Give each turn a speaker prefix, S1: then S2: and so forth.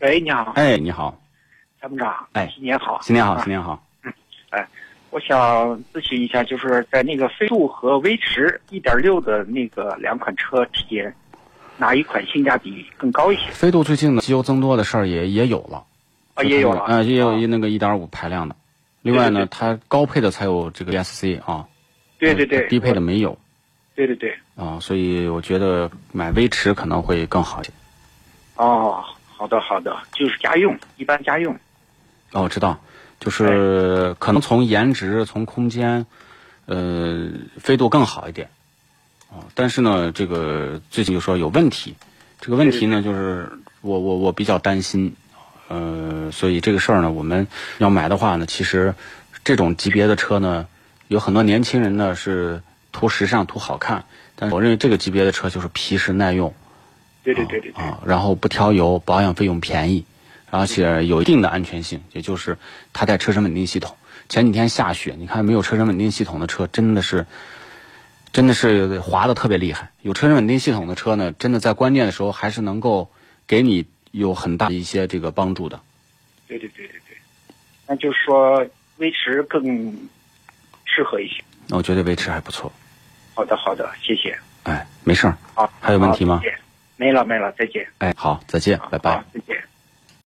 S1: 喂，你好，
S2: 哎，你好，
S1: 参谋长，
S2: 哎
S1: 新年好，
S2: 新年好，
S1: 啊
S2: 新年好。
S1: 我想咨询一下，就是在那个飞度和威驰1.6的那个两款车之间，哪一款性价比更高一些？
S2: 飞度最近的机油增多的事儿也也有了，
S1: 啊，也有了，
S2: 啊，也有
S1: 啊
S2: 一那个一点五排量的。另外呢，
S1: 对对
S2: 它高配的才有这个 ESC 啊，
S1: 对对对，
S2: 低配的
S1: 我，
S2: 没有
S1: 对对对，
S2: 啊，所以我觉得买威驰可能会更好一些。
S1: 哦，好的好的，就是家用，一般家用，
S2: 哦，我知道，就是可能从颜值、从空间，呃，飞度更好一点。啊、但是呢，这个最近就说有问题，这个问题呢，就是我我我比较担心，呃，所以这个事儿呢，我们要买的话呢，其实这种级别的车呢，有很多年轻人呢是图时尚、图好看，但是我认为这个级别的车就是皮实耐用，
S1: 对对对对对，
S2: 啊，然后不挑油，保养费用便宜，而且有一定的安全性，也就是它带车身稳定系统。前几天下雪，你看没有车身稳定系统的车真的是，真的是滑的特别厉害。有车身稳定系统的车呢，真的在关键的时候还是能够给你有很大的一些这个帮助的。
S1: 对对对对对，那就是说威驰更适合一些。
S2: 那我觉得维持还不错。
S1: 好的好的，谢谢。
S2: 哎，没事儿。
S1: 好，
S2: 还有问题吗
S1: 好？再见没了没了，再见。
S2: 哎，好，再见，拜拜。
S1: 好，再见。